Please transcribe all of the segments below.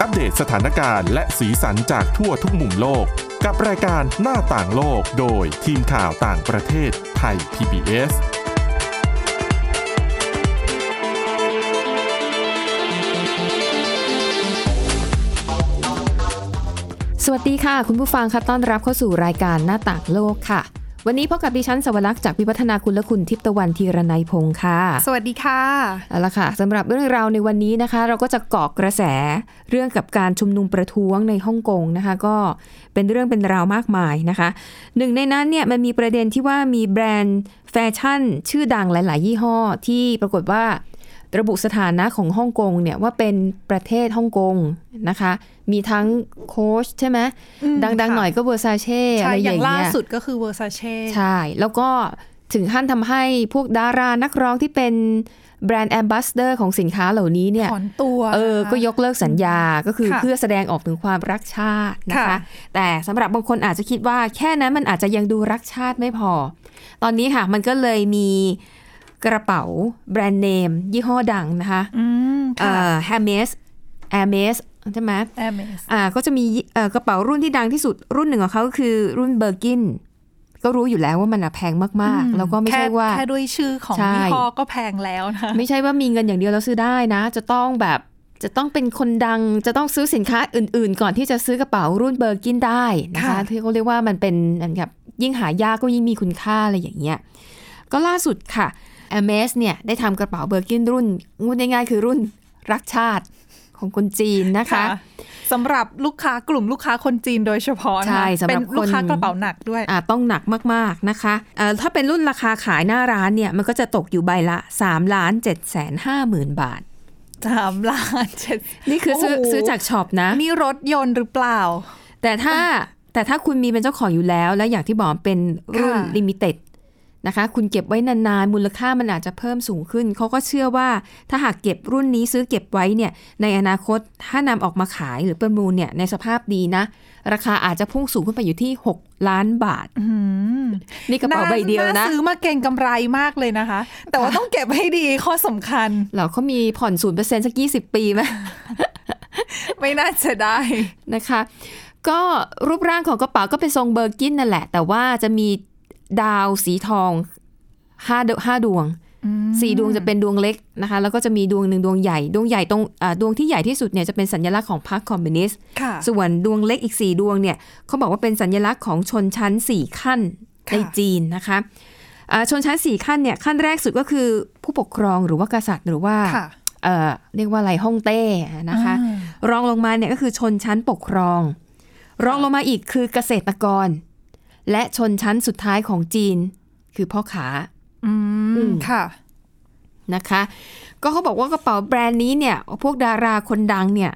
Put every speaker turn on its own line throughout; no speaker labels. อัปเดตสถานการณ์และสีสันจากทั่วทุกมุมโลก กับรายการหน้าต่างโลกโดยทีมข่าวต่างประเทศไทย PBS
สวัสดีค่ะ คุณผู้ฟังค่ะต้อนรับเข้าสู่รายการหน้าต่างโลกค่ะ วันนี้พบกับดิฉันสวรักษ์จากวิวัฒนาคุณและคุณทิพย์ตะวันธีรนัยพงค์ค่ะ
สวัสดีค่ะ
เอาละค่ะสำหรับเรื่องราวในวันนี้นะคะ เราก็จะเกาะกระแสเรื่องกับการชุมนุมประท้วงในฮ่องกงนะคะ ก็เป็นเรื่องเป็นราวมากมายนะคะ หนึ่งในนั้นเนี่ยมันมีประเด็นที่ว่ามีแบรนด์แฟชั่น ชื่อดังหลาย ๆ ยี่ห้อที่ปรากฏว่า ระบุสถานะของฮ่องกงเนี่ยว่าเป็นประเทศฮ่องกงนะคะ มีทั้งโค้ชใช่ไหม
อืม
ดัง ๆ
ค่ะ
หน่อยก็เวอร์ซาเช่อะ
ใช่
ไร
อย่
อา
ย่างงล่า
เงี้ย
สุดก็คือเวอร์ซาเช่
ใช่ แล้วก็ถึงขั้นทำให้พวกดารานักร้องที่เป็นแบรนด์แอมบาสเดอร์ของสินค้าเหล่านี้เนี่ย
ถอนตัว
เออ
นะคะ
ก็ยกเลิกสัญญา ก็คือ
ค่ะ
เพื่อแสดงออกถึงความรักชาตินะคะ
ค่ะ
แต่สำหรับบางคนอาจจะคิดว่าแค่นั้นมันอาจจะยังดูรักชาติไม่พอ ตอนนี้ค่ะ มันก็เลยมีกระเป๋าแบรนด์เนม ยี่ห้อดังนะคะ
อืม
เอ่
ค่ะ
อ Hermes Hermes ใช่ไหม
แอมเมส
อ่าก็จะมีเอ่อกระเป๋ารุ่นที่ดังที่สุดรุ่นหนึ่งของเขาก็คือรุ่นเบอร์กินก็รู้อยู่แล้วว่ามันอะแพงมากๆ แล้วก็ไม่ใช่ว่า
แค่ด้วยชื่อของ
ใช่
ยี่ห้อก็แพงแล้วนะ
ไม่ใช่ว่ามีเงินอย่างเดียวแล้วซื้อได้นะ จะต้องแบบจะต้องเป็นคนดังจะต้องซื้อสินค้าอื่นๆ ก่อนที่จะซื้อกระเป๋ารุ่นเบอร์กินได้นะคะ
ค่ะ
ที่เขาเรียกว่ามันเป็นเหมือนกับยิ่งหายากก็ยิ่งมีคุณค่าอะไรอย่างเงี้ยก็ล่าสุดค่ะ a m s เนี่ยได้ทำกระเป๋าเบอร์กินรุ่นงูดง่ายๆคือรุ่นรักชาติของคนจีนนะคะ
สำหรับลูกค้ากลุ่มลูกค้าคนจีนโดยเฉพาะนะ
ใช่
คะ
สำหรับ
เป็นลู
ค
ก
น
ค้ากระเป๋าหนักด้วย
อ่าต้องหนักมากๆนะคะเอ่อถ้าเป็นรุ่นราคาขายหน้าร้านเนี่ยมันก็จะตกอยู่ใบละ3ล้าน7แสน5หมื่นบาท
สามล้านเจ็ด
นี่คือซื้อ
โอ้โห
ซื้อจากช็อปนะ
นี่รถยนต์หรือเปล่า
แต่ถ้าแต่ถ้าคุณมีเป็นเจ้าของอยู่แล้ว และอย่างที่บอกเป็นรุ่น
ค่ะ
ลิมิเต็ดนะคะ คุณเก็บไว้นานๆ มูลค่ามันอาจจะเพิ่มสูงขึ้น เขาก็เชื่อว่าถ้าหากเก็บรุ่นนี้ซื้อเก็บไว้เนี่ยในอนาคตถ้านำออกมาขายหรือประมูลเนี่ยในสภาพดีนะ ราคาอาจจะพุ่งสูงขึ้นไปอยู่ที่ 6 ล้านบาท นี่กระเป๋าใบเดียว
า
นะ
ซื้อมาเก่งกำไรมากเลยนะคะ แต่ว่าต้องเก็บให้ดีข้อสำคัญ
เหราเขามีผ่อนศูนย์เปอร์เซ็นต์สักยี่สิบปีไหม
ไม่น่าจะได้
นะคะ ก็รูปร่างของกระเป๋าก็เป็นทรงเบอร์กินนั่นแหละ แต่ว่าจะมีดาวสีทองห้าดวห้าดวงสี่ดวงจะเป็นดวงเล็กนะคะ แล้วก็จะมีดวงหนึ่งดวงใหญ่ดวงใหญ่ตรงอ่าดวงที่ใหญ่ที่สุดเนี่ยจะเป็นสัญลักษณ์ของพรรคคอมมิวนิสต์
ค่ะ
ส่วนดวงเล็กอีก 4 ดวงเนี่ยเขาบอกว่าเป็นสัญลักษณ์ของชนชั้น 4 ขั้น
ค่ะ
ในจีนนะคะอ่าชนชั้น 4 ขั้นเนี่ยขั้นแรกสุดก็คือผู้ปกครองหรือว่ากษัตริย์หรือว่า
ค่ะ
เอ่อเรียกว่าอะไรฮ่องเต้นะคะ
อ่
รองลงมาเนี่ยก็คือชนชั้นปกครอง รองลงมาอีกคือเกษตรกร และชนชั้นสุดท้ายของจีน คือพ่อค้า
อื
อืม
มค่ะ
นะคะ ก็เขาบอกว่ากระเป๋าแบรนด์นี้เนี่ยพวกดาราคนดังเนี่ย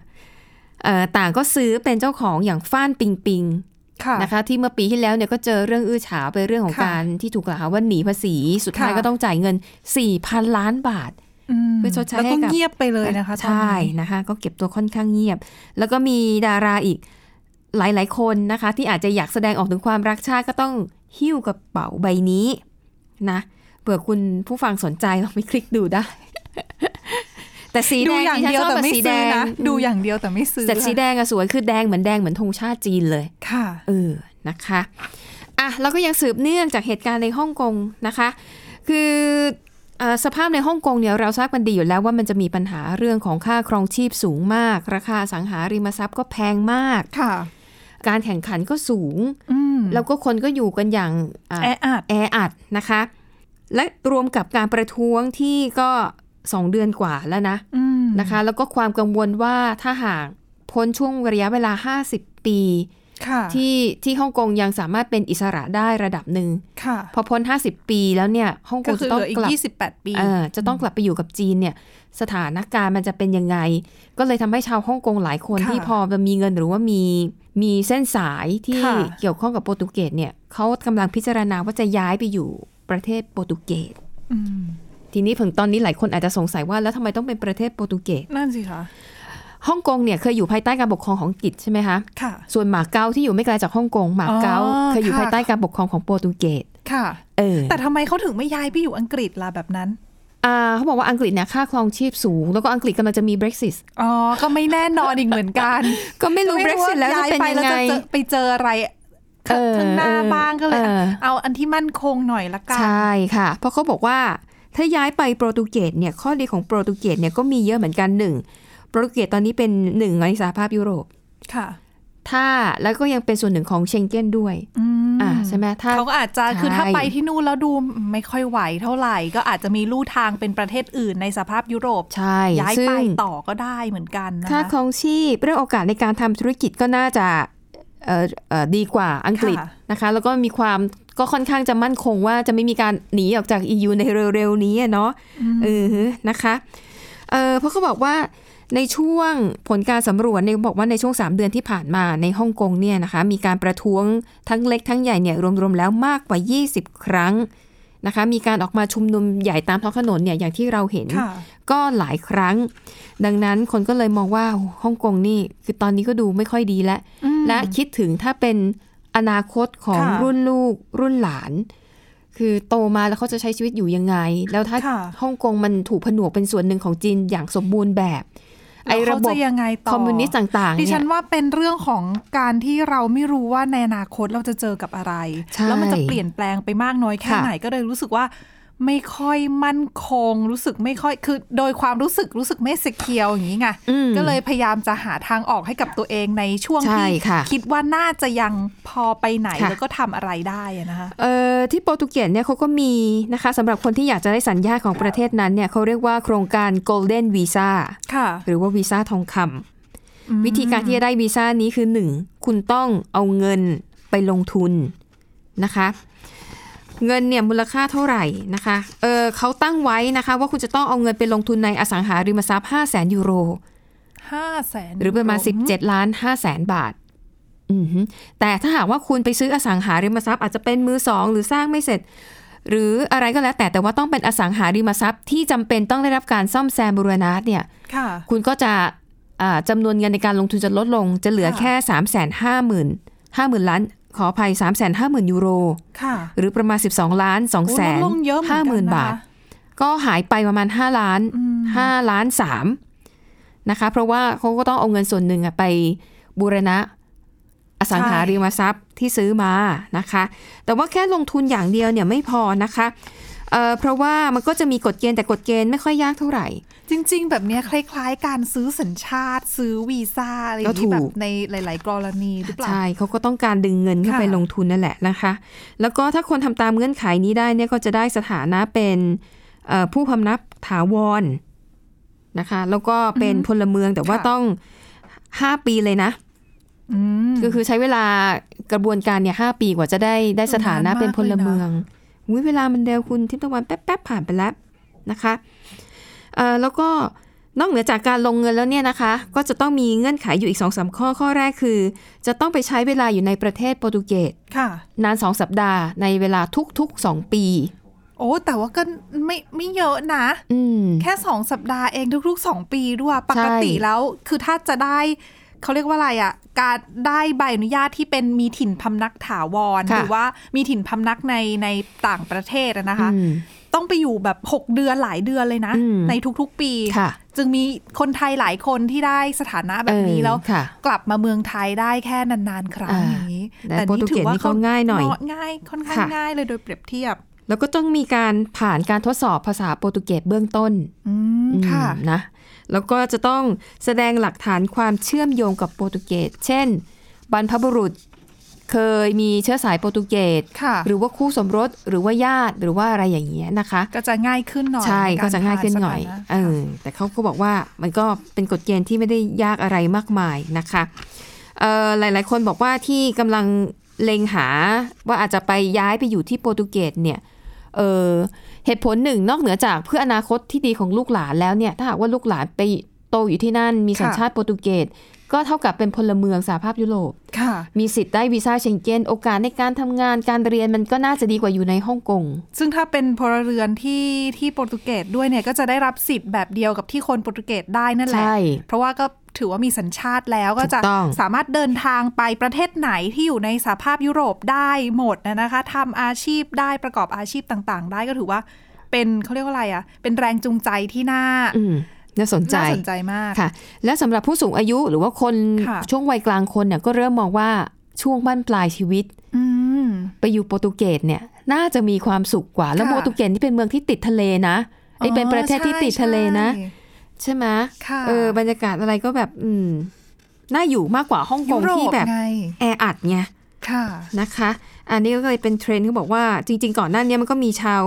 เอ่อต่างก็ซื้อเป็นเจ้าของอย่างฟ้านปิงปิง
ค่ะ
นะคะ ที่เมื่อปีที่แล้วเนี่ยก็เจอเรื่องอื้อฉาวไปเรื่องของ
ค่ะ
การที่ถูกกล่าวหาว่าหนีภาษีสุดท้าย
ค่ะ
ก็ต้องจ่ายเงิน 4,000 ล้านบาท
ม
เพื่อชดใช้
แล้วก็
ให้กับ
เงียบไปเลยนะคะตอน
ใช่
นี้
นะคะ ก็เก็บตัวค่อนข้างเงียบ แล้วก็มีดาราอีกหลาย ๆ คนนะคะ ที่อาจจะอยากแสดงออกถึงความรักชาติก็ต้องหิ้วกระเป๋าใบนี้นะเผื่อคุณผู้ฟังสนใจลองไปคลิกดูได้ แต่สีแด
ดู
ง
อย่าง
ที่ฉัน
เดียว
ชอบ
แต่
กับ
ไม่
สีแด
ซื้องนะ
อืม
ดูอย่างเดียวแต่ไม่ซื้อ
แต่สีแดงอะสวยคือแดงเหมือนแดงเหมือนธงชาติจีนเลย
ค่ะ
เออ นะคะอ่ะแล้วก็ยังสืบเนื่องจากเหตุการณ์ในฮ่องกงนะคะ คือเออสภาพในฮ่องกงเนี่ยเราทราบกันดีอยู่แล้วว่ามันจะมีปัญหาเรื่องของค่าครองชีพสูงมาก ราคาอสังหาริมทรัพย์ก็แพงมาก
ค่ะ
การแข่งขันก็สูง
อืม
แล้วก็คนก็อยู่กันอย่างอ่ะ
แออัด
แออัดนะคะ และรวมกับการประท้วงที่ก็สองเดือนกว่าแล้วนะ
อืม
นะคะ แล้วก็ความกังวลว่าถ้าหากพ้นช่วงระยะเวลา 50 ปี
ค่ะ
ที่ที่ฮ่องกงยังสามารถเป็นอิสระได้ระดับหนึ่ง
ค่ะ
พอพ้น 50 ปีแล้วเนี่ยฮ่องก
ก็
ง
คือ
จะ
เห
ต้อง
ลืออี
ก
ก
ลับ
ยี่สิบแปดปี
เออจะต้องกลับไปอยู่กับจีนเนี่ยสถานการณ์มันจะเป็นยังไง ก็เลยทำให้ชาวฮ่องกงหลายคน
ค่ะ
ที่พอจะมีเงินหรือว่ามีมีเส้นสายที่
ค่ะ
เกี่ยวข้องกับโปรตุเกสเนี่ยเขากำลังพิจารณาว่าจะย้ายไปอยู่ประเทศโปรตุเกส
ม
ทีนี้ถึงตอนนี้หลายคนอาจจะสงสัยว่าแล้วทำไมต้องเป็นประเทศโปรตุเกส
นั่นสิคะ
ฮ่องกงเนี่ยเคยอยู่ภายใต้การปกครองของอังกฤษใช่ไหมคะ
ค่ะ
ส่วนหมาเก๊าที่อยู่ไม่ไกลจากฮ่องกงหมาเก๊า
อ๋อ
เคยอยู่
ค่ะ
ภายใต้การปกครองของโปรตุเกส
ค่ะ
เออ
แต่ทำไมเขาถึงไม่ย้ายไปอยู่อังกฤษล่ะแบบนั้น
อ่าเขาบอกว่าอังกฤษเนี่ยค่าครองชีพสูง แล้วก็อังกฤษกำลังจะมี Brexit
อ๋อ ก็ไม่แน่นอนอีกเหมือน กัน
ก็ไม่รู้
ไม่
Brexit แล้วจะ
ย้าย
เป็น
ไป
ยั
แล้ว
งไง
จะเจอไปเจออะไรข้าง
เออ
ข้างหน้า
เออ
บ้างก็เลย
เออ
เอาอันที่มั่นคงหน่อยละกัน
ใช่ค่ะ เพราะเขาบอกว่าถ้าย้ายไปโปรตุเกสเนี่ยข้อดีของโปรตุเกสเนี่ยก็มีเยอะเหมือนกันหนึ่งโปรตุเกสตอนนี้เป็นหนึ่งในสหภาพยุโรป
ค่ะ
ถ้าแล้วก็ยังเป็นส่วนหนึ่งของเชงเก้นด้วย
อืม
อ่าใช่ไหมถ้า
เขาก็อาจจะ
ใช่
คือถ้าไปที่นู่นแล้วดูไม่ค่อยไหวเท่าไหร่ ก็อาจจะมีลู่ทางเป็นประเทศอื่นในสภาพยุโรป
ใช่
ย้ายไป
ซึ่ง
ต่อก็ได้เหมือนกันนะ
ค่า
คะ
ครองชีพเรื่องโอกาสในการทำธุรกิจก็น่าจะเอ่อเอ่อดีกว่าอังกฤษนะคะ แล้วก็มีความก็ค่อนข้างจะมั่นคงว่าจะไม่มีการหนีออกจาก EU ในเร็วๆนี้อะเนาะเออฮึนะคะเออเพราะเขาบอกว่าในช่วงผลการสำรวจเนี่ยบอกว่าในช่วง 3 เดือนที่ผ่านมาในฮ่องกงเนี่ยนะคะมีการประท้วงทั้งเล็กทั้งใหญ่เนี่ยรวมๆแล้วมากกว่า 20 ครั้งนะคะมีการออกมาชุมนุมใหญ่ตามท้องถนนเนี่ยอย่างที่เราเห็น
ค่ะ
ก็หลายครั้ง ดังนั้นคนก็เลยมองว่าโอ้ฮ่องกงนี่ คือตอนนี้ก็ดูไม่ค่อยดีแล้ว
อืม
และคิดถึงถ้าเป็นอนาคตของ
ค่ะ
รุ่นลูก รุ่นหลาน คือโตมาแล้วเขาจะใช้ชีวิตอยู่ยังไง แล้วถ้า
ค่ะ
ฮ่องกงมันถูกผนวกเป็นส่วนหนึ่งของจีนอย่างสมบูรณ์แบบ ไอ้
แล้
ระ
วเขา
บบ
จะยังไงต่อ
คอมมิวนิสต์ต่างๆ
ดิ
เนี่
ฉั
ย
นว่าเป็นเรื่องของการที่เราไม่รู้ว่าในอนาคตเราจะเจอกับอะไร
ใช่
แล้วมันจะเปลี่ยนแปลงไปมากน้อยแค่
ค่ะ
ไหนก็เลยรู้สึกว่า ไม่ค่อยมั่นคง รู้สึกไม่ค่อยคือ โดยความรู้สึกรู้สึกไม่เสกียวอย่างนี้ไง
อืม
ก็เลยพยายามจะหาทางออกให้กับตัวเองในช่วง
ใช่
ที่
ค่ะ
คิดว่าน่าจะยังพอไปไหน
ค่ะ
แล้วก็ทำอะไรได้อะนะคะ
เอ่อที่โปรตุเกสเนี่ยเขาก็มีนะคะสำหรับคนที่อยากจะได้สัญญาของประเทศนั้นเนี่ยเขาเรียกว่าโครงการ Golden Visa
ค่ะ
หรือว่าวีซ่าทองคำ
อืม
วิธีการที่จะได้วีซ่านี้คือ 1. คุณต้องเอาเงินไปลงทุนนะคะ เงินเนี่ยมูลค่าเท่าไหร่นะคะเออเขาตั้งไว้นะคะว่าคุณจะต้องเอาเงินไปลงทุนในอสังหาริมทรัพย์ 5 0 0แสนยูโร
ห้าแสน
หรือประมาณ 17 ล้าน5 0 0แสนบาทอือฮึแต่ถ้าหากว่าคุณไปซื้ออสังหาริมทรัพย์อาจจะเป็นมือสองหรือสร้างไม่เสร็จ หรืออะไรก็แล้วแต่แต่ว่าต้องเป็นอสังหาริมทรัพย์ที่จำเป็นต้องได้รับการซ่อมแซมบูรณะเนี่ย
ค่ะ
คุณก็จะอ่าจำนวนเงินในการลงทุนจะลดลง จะเหลือ
ค่ะ
แค่ 3 5 0 0 0 0 50,000 ล้าน ขออภัย 3 5 0 0 0 0 ยูโร
ค่ะ
หรือประมาณ 12 ล้าน2 5
โอ้ลดลงเยอะ
0 0
เมือนกั
0
น
บาท
นะคะ
ก็หายไปประมาณ 5 ล้าน
อืม
5 ล้าน3นะคะ เพราะว่าเขาก็ต้องเอาเงินส่วนหนึ่งอะไปบูรณะอสังหาริมทรัพย์ที่ซื้อมานะคะ แต่ว่าแค่ลงทุนอย่างเดียวเนี่ยไม่พอนะคะเอ่อเพราะว่ามันก็จะมีกฎเกณฑ์แต่กฎเกณฑ์ไม่ค่อยยากเท่าไหร่
จริง ๆ แบบเนี้ยคล้ายๆ การซื้อสัญชาติ ซื้อวีซ่าอะไรอย่าง
ก็ถู
นี้
ก
แบบในหลาย ๆ กรณีหรือเปล่า
ใช่เขาก็ต้องการดึงเงินเข้าไป
ค่ะ
ลงทุนนั่นแหละนะคะ แล้วก็ถ้าคนทำตามเงื่อนไขนี้ได้เนี่ยก็จะได้สถานะเป็นเอ่อผู้พำนักถาวรนะคะ แล้วก็เป็นพลเมืองแต่ว่าต้อง 5 ปีเลยนะ
อืม
ก็คือใช้เวลากระบวนการเนี่ยหปีกว่าจะได้ได้สถานะ
นานมาก
เป็นพลเมืองอุ๊ยเวลามันเร็วคุณทิพย์ตะวันแป๊บๆผ่านไปแล้วนะคะเอ่อแล้วก็นอกเหนือจากการลงเงินแล้วเนี่ยนะคะ ก็จะต้องมีเงื่อนไขอยู่อีก2องสามข้อข้อแรกคือ จะต้องไปใช้เวลาอยู่ในประเทศโปรตุเกส
ค่ะ
นาน 2 สัปดาห์ในเวลาทุกๆ 2 ปี
โอ้ แต่ว่าก็ไม่ไม่เยอะนะ
อืม
แค่สองสัปดาห์เองทุกๆ 2 ปีด้วยปกติ
ใช่
แล้ว คือถ้าจะได้เขาเรียกว่าอะไรอะ่ะ การได้ใบอนุญาตที่เป็นมีถิ่นพำนักถาวร
ค่ะ
หรืว่ามีถิ่นพำนักในในต่างประเทศอะนะคะ
อืม
ต้องไปอยู่แบบ 6 เดือนหลายเดือนเลยนะ
อืม
ในทุกๆ ปี
ค่ะ
จึงมีคนไทยหลายคนที่ได้สถานะแบบนี้
เออ
แล้ว
ค่ะ
กลับมาเมืองไทยได้แค่นานๆ ครั้ง
อ่า
อย่างนี้
แต่โปรตุเกสนี่เขาง่ายหน่อย
ง่ายค่อนข้าง
ค่ะ
ง่ายเลยโดยเปรียบเทียบ
แล้วก็ต้องมีการผ่านการทดสอบภาษาโปรตุเกสเบื้องต้น
อืมค่ะ
อืมนะแล้วก็จะต้องแสดงหลักฐานความเชื่อมโยงกับโปรตุเกส เช่น บรรพบุรุษเคยมีเชื้อสายโปรตุเกส
ค่ะ
หรือว่าคู่สมรสหรือว่าญาติหรือว่าอะไรอย่างเงี้ยนะคะ
ก็จะง่ายขึ้นหน่อย
ใช่
ร
ก็จะง่ายขึ้นหน่อย
ผ่าสถานะ
เออแต่เขาก็บอกว่ามันก็เป็นกฎเกณฑ์ที่ไม่ได้ยากอะไรมากมายนะคะเอ่อหลายๆ คนบอกว่าที่กำลังเล็งหาว่าอาจจะไปย้ายไปอยู่ที่โปรตุเกสเนี่ยเออเหตุผลหนึ่งนอกเหนือจากเพื่ออนาคตที่ดีของลูกหลานแล้วเนี่ยถ้าหากว่าลูกหลานไปโตอยู่ที่นั่น มีสัญชาติโปรตุเกส ก็เท่ากับเป็นพลเมืองสหภาพยุโรป
ค่ะ
มีสิทธิ์ได้วีซ่าเชงเก้นโอกาสในการทำงานการเรียนมันก็น่าจะดีกว่าอยู่ในฮ่องกง
ซึ่งถ้าเป็นพลเรือนที่ที่โปรตุเกสด้วยเนี่ยก็จะได้รับสิทธิ์แบบเดียวกับที่คนโปรตุเกสได้นั่นแหละ
ใช่
เพราะว่าก็ถือว่ามีสัญชาติแล้วก็จะ
ถูกต้อง
สามารถเดินทางไปประเทศไหนที่อยู่ในสหภาพยุโรปได้หมดนะนะคะทำอาชีพได้ประกอบอาชีพต่างๆ ได้ก็ถือว่า เป็นเขาเรียกว่าอะไรอ่ะ เป็นแรงจูงใจที่น่า
อืมน่าสนใจ
น่าสนใจมาก
ค่ะ และสำหรับผู้สูงอายุหรือว่าคน
ค่ะ
ช่วงวัยกลางคนเนี่ยก็เริ่มมองว่าช่วงบั้นปลายชีวิต
อืม
ไปอยู่โปรตุเกสเนี่ยน่าจะมีความสุขกว่า แล้ว
ค่ะ
โปรตุเกสนี่เป็นเมืองที่ติดทะเลนะไอเป็นประเทศที่ติดทะเลนะ ใช่ไหม
ค่ะ
เออบรรยากาศอะไรก็แบบอืมน่าอยู่มากกว่าฮ่องก
ยุ
ง
โร
ที่
ป
แบบ
ไง
แออัดไง
ค่ะ
นะคะ อันนี้ก็เลยเป็นเทรนด์เขาบอกว่าจริง ๆ ก่อนหน้าเนี้มันก็มีชาว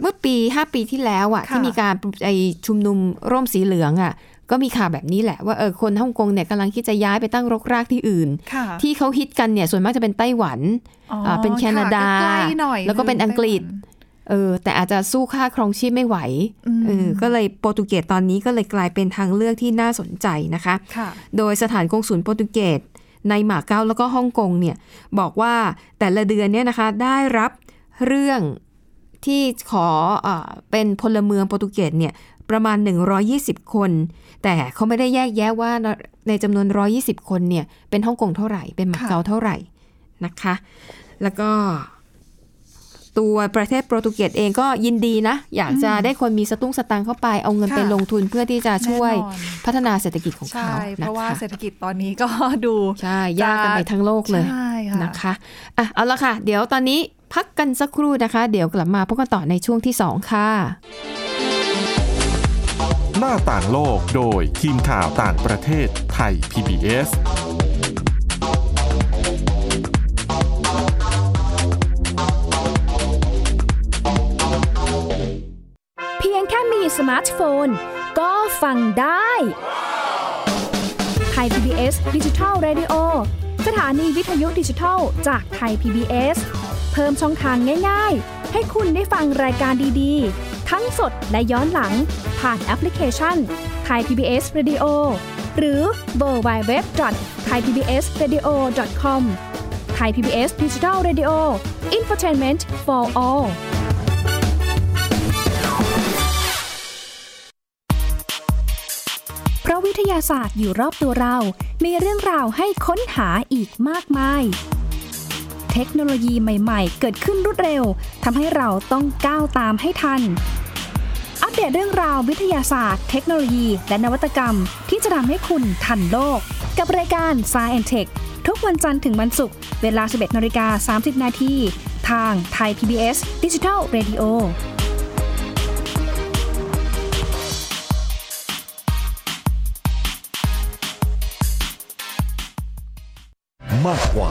เมื่อปีห้าปีที่แล้วอะ
ค่ะ
ที่มีการไอชุมนุมร่วมสีเหลืองอะก็มีข่าวแบบนี้แหละว่าเออคนฮ่องกงเนี่ยกำลังคิดจะย้ายไปตั้งรกรากที่อื่น
ค่ะ
ที่เขาฮิตกันเนี่ยส่วนมากจะเป็นไต้หวัน
อ๋อ
อ่าเป็นแคนาดา
ค่ะใกล้ๆหน่อย
แล้วก็เป็นอังกฤษ เออแต่อาจจะสู้ค่าครองชีพไม่ไหว
อืม
เออก็เลยโปรตุเกสตอนนี้ก็เลยกลายเป็นทางเลือกที่น่าสนใจนะคะ
ค่ะ
โดยสถานกงศูนย์โปรตุเกสในหมาเก๊าแล้วก็ฮ่องกงเนี่ยบอกว่าแต่ละเดือนเนี่ยนะคะได้รับเรื่องที่ขออาเป็นพลเมืองโปรตุเกสเนี่ยประมาณ 120 คน แต่เขาไม่ได้แยกแยะว่าในจำนวน 120 คนเนี่ยเป็นฮ่องกงเท่าไหร่เป็นหมาเก๊าเท่าไหร่นะคะ แล้วก็ตัวประเทศโปรตุเกสเองก็ยินดีนะ อยากจะได้คนมีสตุ้งสตังค์เข้าไป เอาเงิน
ค่ะ
ไปลงทุนเพื่อที่จะช่วย
แน่นอน
พัฒนาเศรษฐกิจของ
ใช่
เขา
เพราะว่า
ค
เศรษฐกิจตอนนี้ก็ ดู
ใช่ยากกันไปทั้งโลกเลย
ใช่ค่ะ
นะคะอ่ะเอาละค่ะ เดี๋ยวตอนนี้พักกันสักครู่นะคะ เดี๋ยวกลับมาพบกันต่อในช่วงที่ 2 ค่ะ
หน้าต่างโลกโดยทีมข่าวต่างประเทศไทย PBS
เพียงแค่มีสมาร์ทโฟน ก็ฟังได้ไทย PBS ดิจิทัล Radio สถานีวิทยุดิจิทัลจากไทย PBS เพิ่มช่องทางง่ายๆ ให้คุณได้ฟังรายการดีๆ ทั้งสดและย้อนหลัง ผ่านแอปพลิเคชันไทย PBS Radio หรือเวอร์บายเว็บจอดไทยพีบีเอสเรดิโอคอมไทยพีบีเอสดิจิทัลเรดิโออินฟอร์ทนเมนต์ for all เพราะวิทยาศาสตร์อยู่รอบตัวเรา มีเรื่องราวให้ค้นหาอีกมากมาย เทคโนโลยีใหม่ๆ เกิดขึ้นรวดเร็ว ทำให้เราต้องก้าวตามให้ทัน อัปเดตเรื่องราววิทยาศาสตร์ เทคโนโลยี และนวัตกรรม ที่จะทำให้คุณทันโลก กับรายการ s ซ e n t e c h ทุกวันจันทร์ถึงวันศุกร์ เวลา 11นาฬิกา30 นาที ทางไทย PBS Digital Radio
มากกว่า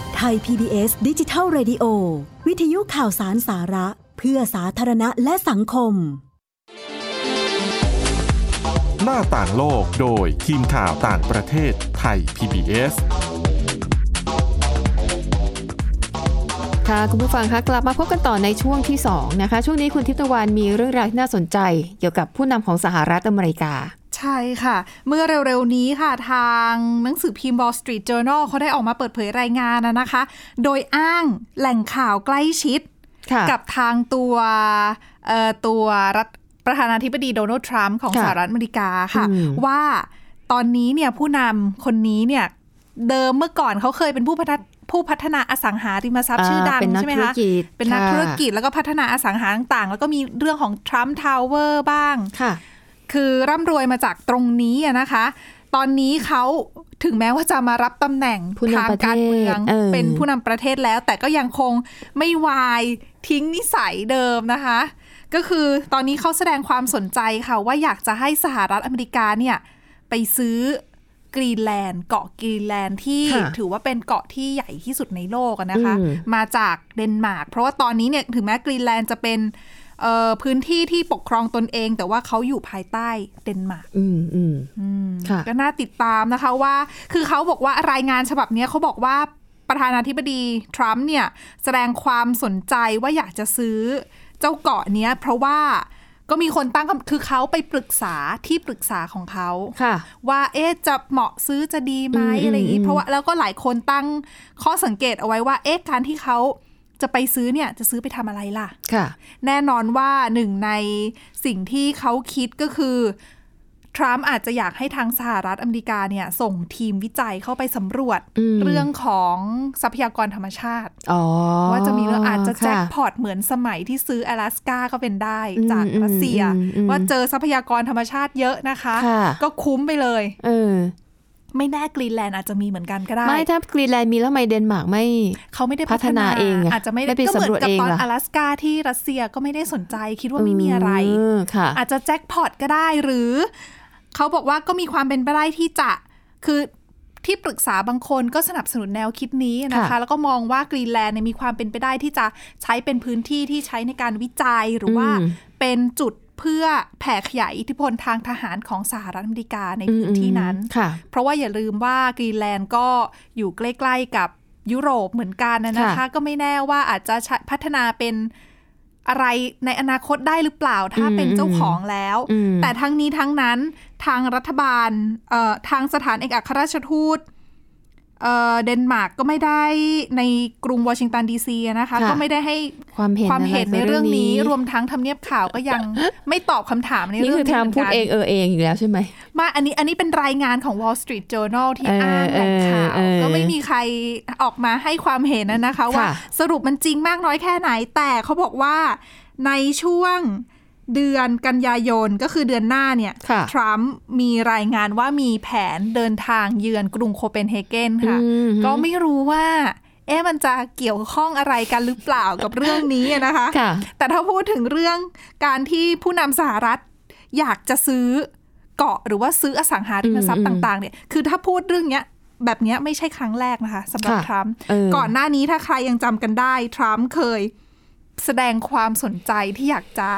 ไทย PBS ดิจิทัล Radio วิทยุข่าวสารสาระ เพื่อสาธารณะและสังคม
หน้าต่างโลกโดยทีมข่าวต่างประเทศไทย PBS
ค่ะคุณผู้ฟังคะกลับมาพบกันต่อในช่วงที่ 2 นะคะ ช่วงนี้คุณทิพย์ตะวันมีเรื่องราวที่น่าสนใจ เกี่ยวกับผู้นำของสหรัฐอเมริกา
ใช่ค่ะ เมื่อเร็วๆนี้ค่ะทางหนังสือพิมพ์ Wall Street Journal เขาได้ออกมาเปิดเผยรายงานนะนะคะ โดยอ้างแหล่งข่าวใกล้ชิด
ค่ะ
กับทางตัวเอ่อตัวรัฐประธานาธิบดีโดนัลด์ทรัมป์ของ
ค่ะ
สหรัฐอเมริกาค่ะ
อืม
ว่าตอนนี้เนี่ยผู้นำคนนี้เนี่ยเดิมเมื่อก่อนเขาเคยเป็นผู้พัฒนผู้พัฒนาอสังหาริมทรัพย์
อ่า
ชื่อดัง
เป็นนัก
ใช่ไหม
ธุร
คะ
กิจ
เป็นนัก
ค่ะ
ธุรกิจแล้วก็พัฒนาอสังหาต่างๆ แล้วก็มีเรื่องของทรัมป์ทาวเวอร์บ้าง
ค่ะ
คือร่ำรวยมาจากตรงนี้อะนะคะ ตอนนี้เขาถึงแม้ว่าจะมารับตำแหน่ง
ผู้นำ
ทางการเมือง
ประเทศเออ
นผู้นำประเทศแล้ว แต่ก็ยังคงไม่วายทิ้งนิสัยเดิมนะคะ ก็คือตอนนี้เขาแสดงความสนใจค่ะ ว่าอยากจะให้สหรัฐอเมริกาเนี่ย ไปซื้อกรีนแลนด์เกาะกรีนแลนด์ที่
ค่ะ
ถือว่าเป็นเกาะที่ใหญ่ที่สุดในโลกอะนะคะ
อืม
มาจากเดนมาร์กเพราะว่าตอนนี้เนี่ยถึงแม้กรีนแลนด์จะเป็น เอ่อพื้นที่ที่ปกครองตนเอง แต่ว่าเขาอยู่ภายใต้เดนมาร์ก
อืมอืมค่ะ
ก็น่าติดตามนะคะว่า คือเขาบอกว่ารายงานฉบับเนี้ยเขาบอกว่าประธานาธิบดีทรัมป์เนี่ยแสดงความสนใจว่าอยากจะซื้อเจ้าเกาะเนี้ยเพราะว่าก็มีคนตั้งคำคือเขาไปปรึกษาที่ปรึกษาของเขา
ค่ะ
ว่าเอ๊ะจะเหมาะซื้อจะดีไหม
อืม
อะไรอย่าง
อื
นี้
ม
เพราะว่าแล้วก็หลายคนตั้งข้อสังเกตเอาไว้ว่าเอ๊ะการที่เขาจะไปซื้อเนี่ยจะซื้อไปทำอะไรล่ะ
ค่ะ
แน่นอนว่าหนึ่งในสิ่งที่เขาคิดก็คือ ทรัมป์อาจจะอยากให้ทางสหรัฐอเมริกาเนี่ย ส่งทีมวิจัยเข้าไปสำรวจ
อืม
เรื่องของทรัพยากรธรรมชาติ
อ๋อ
ว่าจะมีเรื่องอาจจะแจ็ค
ค่
พอตเหมือนสมัยที่ซื้ออลาสก้าก็เป็นได้
อืม
จากรัสเซีย
อืมอืม
ว่าเจอทรัพยากรธรรมชาติเยอะนะคะ
ค่ะ
ก็คุ้มไปเลย
เออ
ไม่แน่กรีนแลนด์อาจจะมีเหมือนกันก็ได้
ไม่ถ้ากรีนแลนด์มีแล้วทำไมเดนมาร์กไม่
เขาไม่ได้
พัฒนาเองอะ
อาจจะไม่
ไม่
ได้
ไป
ก็เหมือ
สำรวจ
นกับ
เอง
ตอน
เหรอ
อลาสก้าที่รัสเซียก็ไม่ได้สนใจคิดว่าไม่มีอะไร
เค่ะ
อาจจะแจ็คพอตก็ได้หรือเขาบอกว่าก็มีความเป็นไปได้ที่จะคือที่ปรึกษาบางคนก็สนับสนุนแนวคิดนี้นะคะ
ค่ะ
แล้วก็มองว่ากรีนแลนด์เนี่ยมีความเป็นไปได้ที่จะใช้เป็นพื้นที่ที่ใช้ในการวิจัยหรือว่า
อืม
เป็นจุดเพื่อแผ่ขยายอิทธิพลทางทหารของสหรัฐอเมริกาในพื้นที่นั้น
อืมค่ะ
เพราะว่าอย่าลืมว่ากรีนแลนด์ก็อยู่ใกล้ๆกับยุโรปเหมือนกันนะนะคะ
ค่ะ
ก็ไม่แน่ว่าอาจจะใช้พัฒนาเป็น อะไรในอนาคตได้หรือเปล่าถ้า
อืม
เป็นเจ้าของแล้ว
อืม
แต่ทั้งนี้ทั้งนั้นทางรัฐบาลเอ่อทางสถานเอกอัครราชทูตเอ่อเดนมาร์กก็ไม่ได้ในกรุงวอชิงตันดีซีนะคะ
ค่ะ
ก็ไม่ได้ให้
ความเห็น
ความเห็น
อะ
ใน
ไกับ
เรื่องนี้ รวมทั้งทำเนียบข่าวก็ยัง ไม่ตอบคำถามใน
นี่
เรื่อง
คือ
นี้
ทำ
เหมือน
พูด
กัน
เองเออเองอีกแล้วใช่ไหม
ไมาอันนี้อันนี้เป็นรายงานของ Wall Street Journal ที่
เอออ้
อ้างแหล่งข่าว
เออเออ
ก็ไม่มีใครออกมาให้ความเห็นนะนะคะ ว่า
ค่ะ
สรุปมันจริงมากน้อยแค่ไหน แต่เขาบอกว่าในช่วงเดือนกันยายนก็คือเดือนหน้าเนี่ย
ค่ะ
ทรัมป์มีรายงานว่ามีแผนเดินทางเยือนกรุงโคเปนเฮเกนค่ะ
อืม
ก็ไม่รู้ว่า เอ๊ะมันจะเกี่ยวข้องอะไรกันหรือเปล่ากับเรื่องนี้นะคะ
ค่ะ
แต่ถ้าพูดถึงเรื่องการที่ผู้นำสหรัฐอยากจะซื้อเกาะหรือว่าซื้ออสังหาริมทรัพย์
อืมอืม
ต่างๆเนี่ยคือถ้าพูดเรื่องเนี้ยแบบเนี้ยไม่ใช่ครั้งแรกนะคะสำหรับ
ค่ะ
ทรัมป์
เออ
ก่อนหน้านี้ถ้าใครยังจำกันได้ทรัมป์เคยแสดงความสนใจที่อยากจะ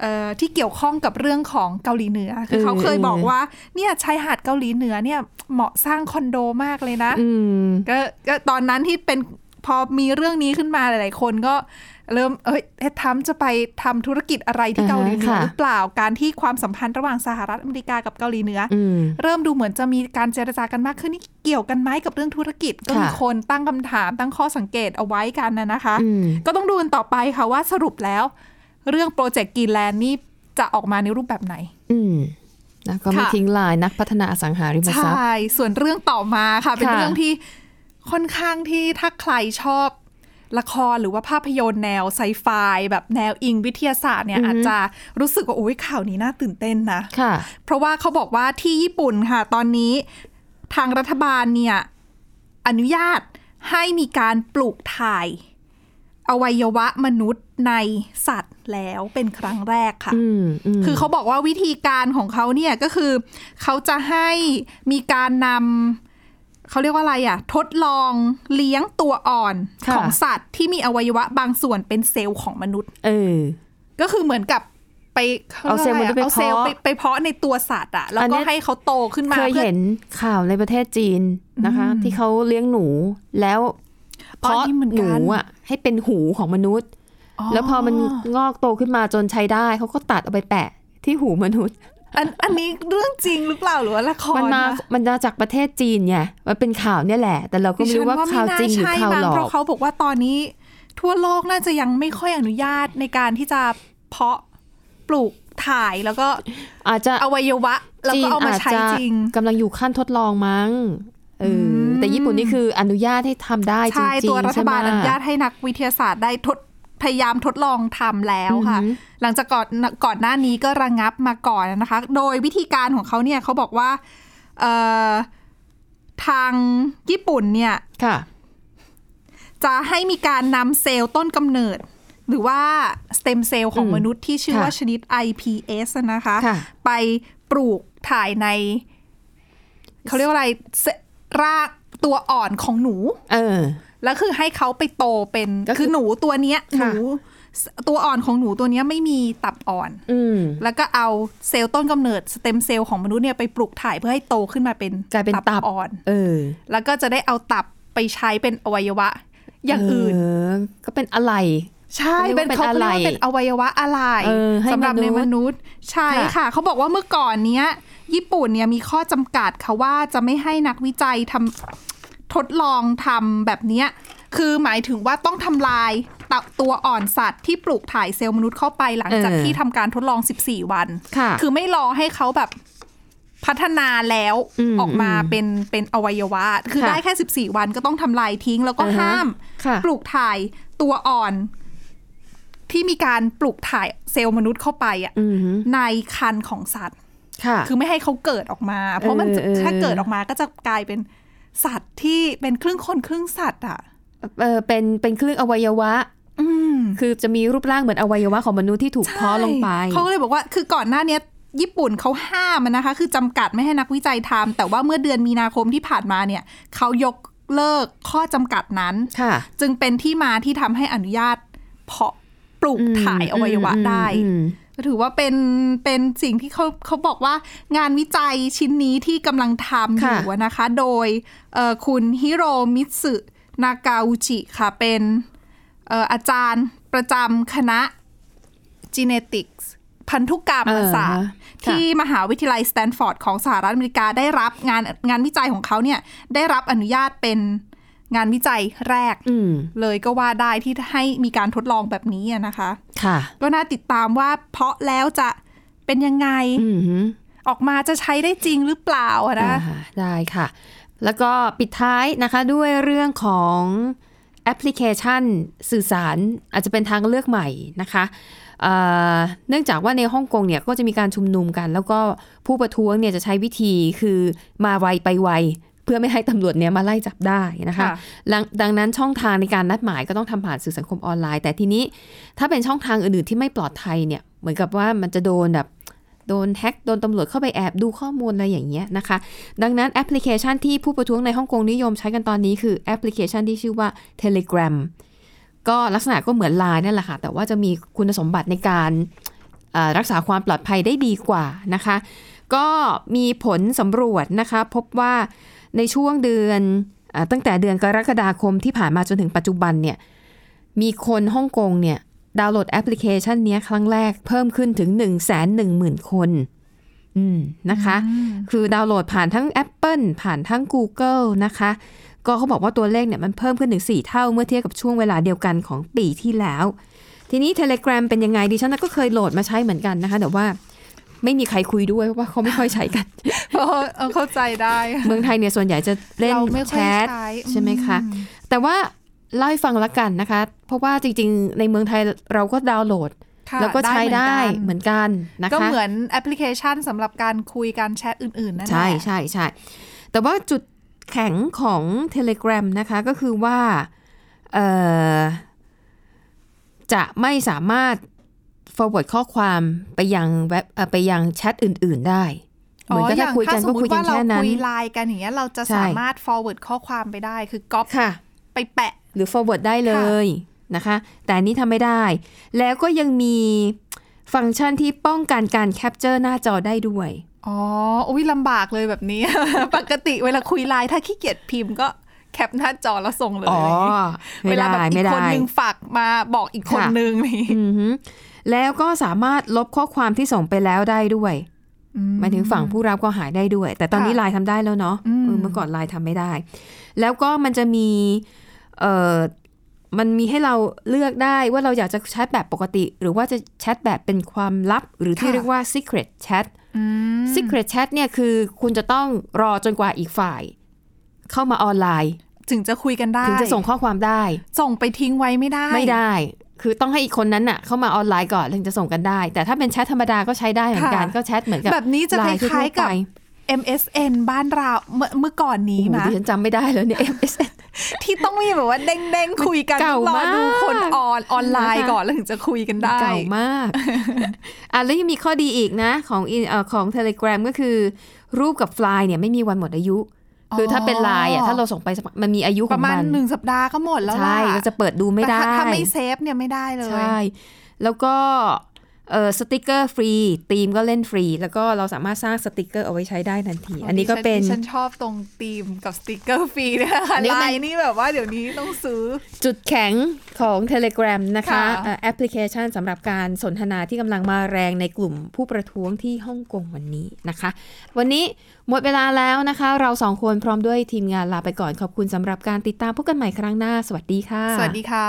เอ่อที่เกี่ยวข้องกับเรื่องของเกาหลีเหนือคือเขาเคยบอกว่าเนี่ยชายหาดเกาหลีเหนือเนี่ยเหมาะสร้างคอนโดมากเลยนะ
อืม
ก็ก็ตอนนั้นที่เป็นพอมีเรื่องนี้ขึ้นมาหลายๆ คนก็เริ่มเอ้ยเอ๊ะทรัมป์จะไปทำธุรกิจอะไรที่
อ่าฮะ
เกาหลีเหนือ
ค่ะ
หรือเปล่าการที่ความสัมพันธ์ระหว่างสหรัฐอเมริกากับเกาหลีเหนืออ
อืม
เริ่มดูเหมือนจะมีการเจรจากันมากขึ้นนี่เกี่ยวกันไหมกับเรื่องธุรกิจ ก็มี
ค่ะ
คนตั้งคำถามตั้งข้อสังเกตเอาไว้กันนะนะคะ
อืม
ก็ต้องดูกันต่อไปค่ะว่าสรุปแล้ว เรื่องโปรเจกต์กรีนแลนด์นี่จะออกมาในรูปแบบไหน
อืมนะก็ไม่
ค่ะ
ทิ้งลายนักพัฒนาอสังหาริม
ใช
ทรัพย์
่ ส่วนเรื่องต่อมาค่ะเป็น
ค่ะ
เรื่องที่ค่อนข้างที่ถ้าใครชอบละครหรือว่าภาพยนตร์แนวไซไฟแบบแนวอิงวิทยาศาสตร์เนี่ย
อือฮึ
อาจจะรู้สึกว่าโอ้ยข่าวนี้น่าตื่นเต้นนะ
ค่ะ
เพราะว่าเขาบอกว่าที่ญี่ปุ่นค่ะ ตอนนี้ทางรัฐบาลเนี่ย อนุญาตให้มีการปลูกถ่าย อวัยวะมนุษย์ในสัตว์แล้วเป็นครั้งแรกค่ะ
อืมอืม
คือเขาบอกว่าวิธีการของเขาเนี่ยก็คือ เขาจะให้มีการนำเขาเรียกว่าอะไรอะทดลองเลี้ยงตัวอ่อน
ค่ะ
ของสัตว์ที่มีอวัยวะบางส่วนเป็นเซลล์ของมนุษย์
เออ
ก็คือเหมือนกับไป
เอาเซลล์
ขรียกว่าะร
ม
อะ
นุษย์ไป
เอาเซลล์
เพาะ
ไปไปเพาะในตัวสัตว์อะแล้ว
อัน
ก็
เนี้ย
ให้เขาโตขึ้นมา
เคย
พื่อ
เห็นข่าวในประเทศจีนนะคะ ที่เขาเลี้ยงหนูแล้ว
อ๋อ
เพาะ
นี่เหมือน
ห
กั
นู
น
อ่ะให้เป็นหูของมนุษย์ แล้วพอมันงอกโตขึ้นมาจนใช้ได้เขาก็ตัดเอาไปแปะที่หูมนุษย์
อันอันนี้เรื่องจริงหรือเปล่าหรือว่าละคร
มันมา
นะ
มันมาจากประเทศจีนไงมันเป็นข่าวเนี่ยแหละ แต่เราก็ไม่รู้ว่าข่าวจริงหรือข่าวหล
ดิฉันว่าไม่น่ใช่มั้ง
อก
เพราะเขาบอกว่าตอนนี้ทั่วโลกน่าจะยังไม่ค่อยอนุญาตในการที่จะเพาะปลูกถ่ายแล้วก็
อาจจะ
อวัยวะ แล้ว
จี
ก็
น
เอามา
อาจ
ใช้
จะ
จริง
กำลังอยู่ขั้นทดลองมั้งเอออแต่ญี่ปุ่นนี่คืออนุญาตให้ทำได้จริง
ใช่
ๆ
ตัวรัฐบาล
ใช่ไหม
อนุญาตให้นักวิทยาศาสตร์ได้ทดพยายามทดลองทำแล้วค่ะ
อือหือ
หลังจากก่อนก่อนหน้านี้ก็ระงับมาก่อนนะคะ โดยวิธีการของเขาเนี่ยเขาบอกว่าเอ่อทางญี่ปุ่นเนี่ย
ค่ะ
จะให้มีการนำเซลล์ต้นกำเนิด หรือว่าสเต็มเซลล์ของ
อืม
มนุษย์ที่ชื่อว่า
ค่ะ
ชนิด iPS นะคะ
ค่ะ
ไปปลูกถ่ายใน เขาเรียกว่าอะไรเซรากตัวอ่อนของหนู
เออ
แล้วคือให้เขาไปโตเป็น
ก็คือ
คือหนูตัวเนี้ยห
ค่ะ
นู ตัวอ่อนของหนูตัวเนี้ยไม่มีตับอ่อน
อืม
แล้วก็เอาเซลล์ต้นกำเนิดสเต็มเซลล์ของมนุษย์เนี่ยไปปลูกถ่ายเพื่อให้โตขึ้นมาเป็น
กลายเป็นตับ
อ่อน
เออ
แล้วก็จะได้เอาตับไปใช้เป็นอวัยวะ อย่างอื่น
เก็เป็นอะไร
ใช่
เขาเรียก
เป็น
ว่าเป็น
เขาเรี
อะ
ยกว่า
ไร
เป็นอวัยวะอะไร
เออให้
สำหรับใน
มนุษย์
มนุษย์ ใช่
ค่ะ
ค่ะ เขาบอกว่าเมื่อก่อนเนี้ย ญี่ปุ่นเนี่ยมีข้อจำกัดค่ะว่าจะไม่ให้นักวิจัยทำทดลองทำแบบเนี้ยคือหมายถึงว่าต้องทำลายตับตัวอ่อนสัตว์ที่ปลูกถ่ายเซลล์มนุษย์เข้าไปหลังจาก
เออ
ที่ทำการทดลอง 14 วัน
ค่ะ
อไม่รอให้เขาแบบพัฒนาแล้ว
อืม
ออกมาเป็นเป็นอวัยวะ คือ
ค่ะ
ได้แค่ 14 วันก็ต้องทำลายทิ้งแล้วก็
อ่าฮะ
ห้าม
ค่ะ
ปลูกถ่ายตัวอ่อน ที่มีการปลูกถ่ายเซลล์มนุษย์เข้าไปอะ
อืม
ในคันของสัตว์
ค่ะ
คือไม่ให้เขาเกิดออกมา เพราะมันจะ
เออเออ
ถ้าเกิดออกมาก็จะกลายเป็นสัตว์ที่เป็นครึ่งคนครึ่งสัตว์อ่ะ
เออเป็นเป็นคลื่นอวัยวะ
อืม
คือจะมีรูปร่างเหมือนอวัยวะของมนุษย์ที่ถูกเพาะลงไป
เขาก็เลยบอกว่าคือก่อนหน้าเนี้ยญี่ปุ่นเขาห้ามอะนะคะ คือจำกัดไม่ให้นักวิจัยทำแต่ว่าเมื่อเดือนมีนาคมที่ผ่านมาเนี่ยเขายกเลิกข้อจำกัดนั้น
ค่ะ
จึงเป็นที่มาที่ทำให้อนุญาตเพาะปลูก
อืม
ถ่ายอวัยวะ
อืม
ได้
อืม
ก็ถือว่าเป็นเป็นสิ่งที่เขาเขาบอกว่างานวิจัยชิ้นนี้ที่กำลังทำอ
ค่ะ
ยู่อะนะคะ โดยเอ่อคุณฮิโรมิตสึนากาอุจิค่ะ เป็นเอ่ออาจารย์ประจำคณะ Genetics พันธุกรรมศาสตร์ ที่มหาวิทยาลัยสแตนฟอร์ดของสหรัฐอเมริกาได้รับงานงานวิจัยของเขาเนี่ยได้รับอนุญาตเป็นงานวิจัยแรก
อืม
เลยก็ว่าได้ที่ให้มีการทดลองแบบนี้อะนะคะ
ค่ะ
ก็น่าติดตามว่าเพาะแล้วจะเป็นยังไง
อืม
ออกมาจะใช้ได้จริงหรือเปล่าอะนะ
อ่าได้ค่ะ แล้วก็ปิดท้ายนะคะด้วยเรื่องของแอปพลิเคชันสื่อสารอาจจะเป็นทางเลือกใหม่นะคะเอ่อเนื่องจากว่าในฮ่องกงเนี่ยก็จะมีการชุมนุมกัน แล้วก็ผู้ประท้วงเนี่ยจะใช้วิธีคือมาไวไปไว เพื่อไม่ให้ตำรวจเนี่ยมาไล่จับได้นะคะ
ค่ะ
หลังดังนั้นช่องทางในการนัดหมายก็ต้องทำผ่านสื่อสังคมออนไลน์ แต่ทีนี้ถ้าเป็นช่องทางอื่นๆที่ไม่ปลอดภัยเนี่ยเหมือนกับว่ามันจะโดนแบบ โดนแฮ็กโดนตำรวจเข้าไปแอบดูข้อมูลอะไรอย่างเงี้ยนะคะ ดังนั้นแอปพลิเคชันที่ผู้ประท้วงในฮ่องกงนิยมใช้กันตอนนี้คือแอปพลิเคชันที่ชื่อว่า Telegram ก็ลักษณะก็เหมือน Line นั่นแหละค่ะ แต่ว่าจะมีคุณสมบัติในการเอ่อรักษาความปลอดภัยได้ดีกว่านะคะ ก็มีผลสำรวจนะคะ พบว่าในช่วงเดือนเออตั้งแต่เดือนกรกฎาคมที่ผ่านมาจนถึงปัจจุบันเนี่ย มีคนฮ่องกงเนี่ย ดาวน์โหลดแอปพลิเคชันเนี้ยครั้งแรกเพิ่มขึ้นถึง 1 1 0 0 0 0 คน อืมนะคะ คือดาวน์โหลดผ่านทั้ง Apple ผ่านทั้ง Google นะคะ ก็เขาบอกว่าตัวเลขเนี่ยมันเพิ่มขึ้นถึง 4 เท่าเมื่อเทียบกับช่วงเวลาเดียวกันของปีที่แล้ว ทีนี้ Telegram เป็นยังไงดิฉันน่ะก็เคยโหลดมาใช้เหมือนกันนะคะ แต่ว่าไม่มีใครคุยด้วยเพราะว่าเขาไม่ค่อยใช้กัน
เออเออเข้าใจได้
เมืองไทยเนี่ยส่วนใหญ่จะเล่น
เราไม่
แช
ค่อย
ท
ใช้
ใช่ไหมคะ
อืม
แต่ว่าเล่าให้ฟังละกันนะคะ เพราะว่าจริงๆ ในเมืองไทยเราก็ดาวน์โหลด
ค่ะ
แล้วก็ใช้ได้เห
เหมื
มื
อน
อนกัน
กั
นะ
น
คะ
ก็เหมือนแอปพลิเคชันสำหรับการคุยการแชทอื่นๆนั่นแหละ
ใช่ใช่ใช่แต่ว่าจุดแข็งของ Telegram นะคะก็คือว่าเอ่อจะไม่สามารถ forward ข้อความไปยังเว็บเอ่อไปยังแชทอื่น ๆ ได้ เหมือนกับถ้าคุยกัน
อาง
ก็คุยกัน
สม
แค่
มุติว่าเรา
นั้น
คุยไลน์กันอย่างเงี้ยเราจะ
ใช่
สามารถ forward ข้อความไปได้ คือก๊อป
ค่ะ
ไปแปะ
หรือ forward ได้เลยนะคะ แต่อันนี้ทำไม่ได้ แล้วก็ยังมีฟังก์ชันที่ป้องกันการแคปเจอร์หน้าจอได้ด้วย
อ๋อ อุ้ยลำบากเลยแบบนี้ ปกติเวลาคุยไลน์ถ้าขี้เกียจพิมพ์ก็แคปหน้าจอแล้วส่งเลย
อ๋อ
เว
ไม่
ลา
ได้
แบบอี
ไม่
ก
ได้
คนนึงฝากมาบอกอีกคน
ค่ะ
นึงนี่
อือหือแล้วก็สามารถลบข้อความที่ส่งไปแล้วได้ด้วยหมายถึงฝั่งผู้รับก็หายได้ด้วย แต่ตอนนี้
ค่ะ
ไลน์ทำได้แล้วเนาะ
อืม
เออเมื่อก่อนไลน์ทำไม่ได้ แล้วก็มันจะมีเอ่อมันมีให้เราเลือกได้ว่าเราอยากจะแชทแบบปกติ หรือว่าจะแชทแบบเป็นความลับ หรือที่เรียกว่า secret chat
อืม
secret chat เนี่ยคือคุณจะต้องรอจนกว่าอีกฝ่าย เข้ามาออนไลน์
ถึงจะคุยกันได้
ถึงจะส่งข้อความได้
ส่งไปทิ้งไว้ไม่ได้
ไม่ได้ คือต้องให้อีกคนนั้นน่ะเข้ามาออนไลน์ก่อนถึงจะส่งกันได้ แต่ถ้าเป็นแชทธรรมดาก็ใช้ได้เหมือนกัน ก็แชทเหมือนกับ
แบบนี้จะค
ไลทั่วๆ
ล้ายๆกับ
ไป
MSN บ้านเราเมื่อเมื่อก่อน
โอ้
นี้
โห
มา
ดิฉันจำไม่ได้แล้วเนี่ย MSN
ที่ต้องมีแบบว่าเด้งๆคุยกัน
เก่าร
อ
มาก
ดูคนออนออนไลน์ก่อนแล้วถึงจะคุยกันได้
เก่ามาก อ่ะแล้วยังมีข้อดีอีกนะ ของอินเอ่อของ Telegram ก็คือ รูปกับไฟล์เนี่ยไม่มีวันหมดอายุ คือถ้าเป็นไลน์อ่ะถ้าเราส่งไปสักมันมีอายุข
ป
อง
ระมา
มั
ณ
น
หนึ่งสัปดาห์ก็หมดแล้วล่ะ
ใช่ก็จะเปิดดูไม่
แต่
ได้
ถ้าถ้าไม่เซฟเนี่ยไม่ได้เลย
ใช่ แล้วก็เออสติกเกอร์ฟรีทีมก็เล่นฟรี แล้วก็เราสามารถสร้างสติกเกอร์เอาไว้ใช้ได้ทันที อันนี้ก็เป็น
ดิฉัดิฉันชอบตรงธีมกับสติกเกอร์ฟรีเนี่ยค่ะ
อันนี้
ลา
มัน
ยนี่แบบว่าเดี๋ยวนี้ต้องซื้อ
จุดแข็งของ Telegram นะคะ
ค่ะ
เอ่อแอปพลิเคชันสำหรับการสนทนาที่กำลังมาแรงในกลุ่มผู้ประท้วงที่ฮ่องกงวันนี้นะคะ วันนี้หมดเวลาแล้วนะคะ เราสองคนพร้อมด้วยทีมงานลาไปก่อนขอบคุณสำหรับการติดตามพบกันใหม่ครั้งหน้า สวัสดีค่ะ
สวัสดีค่ะ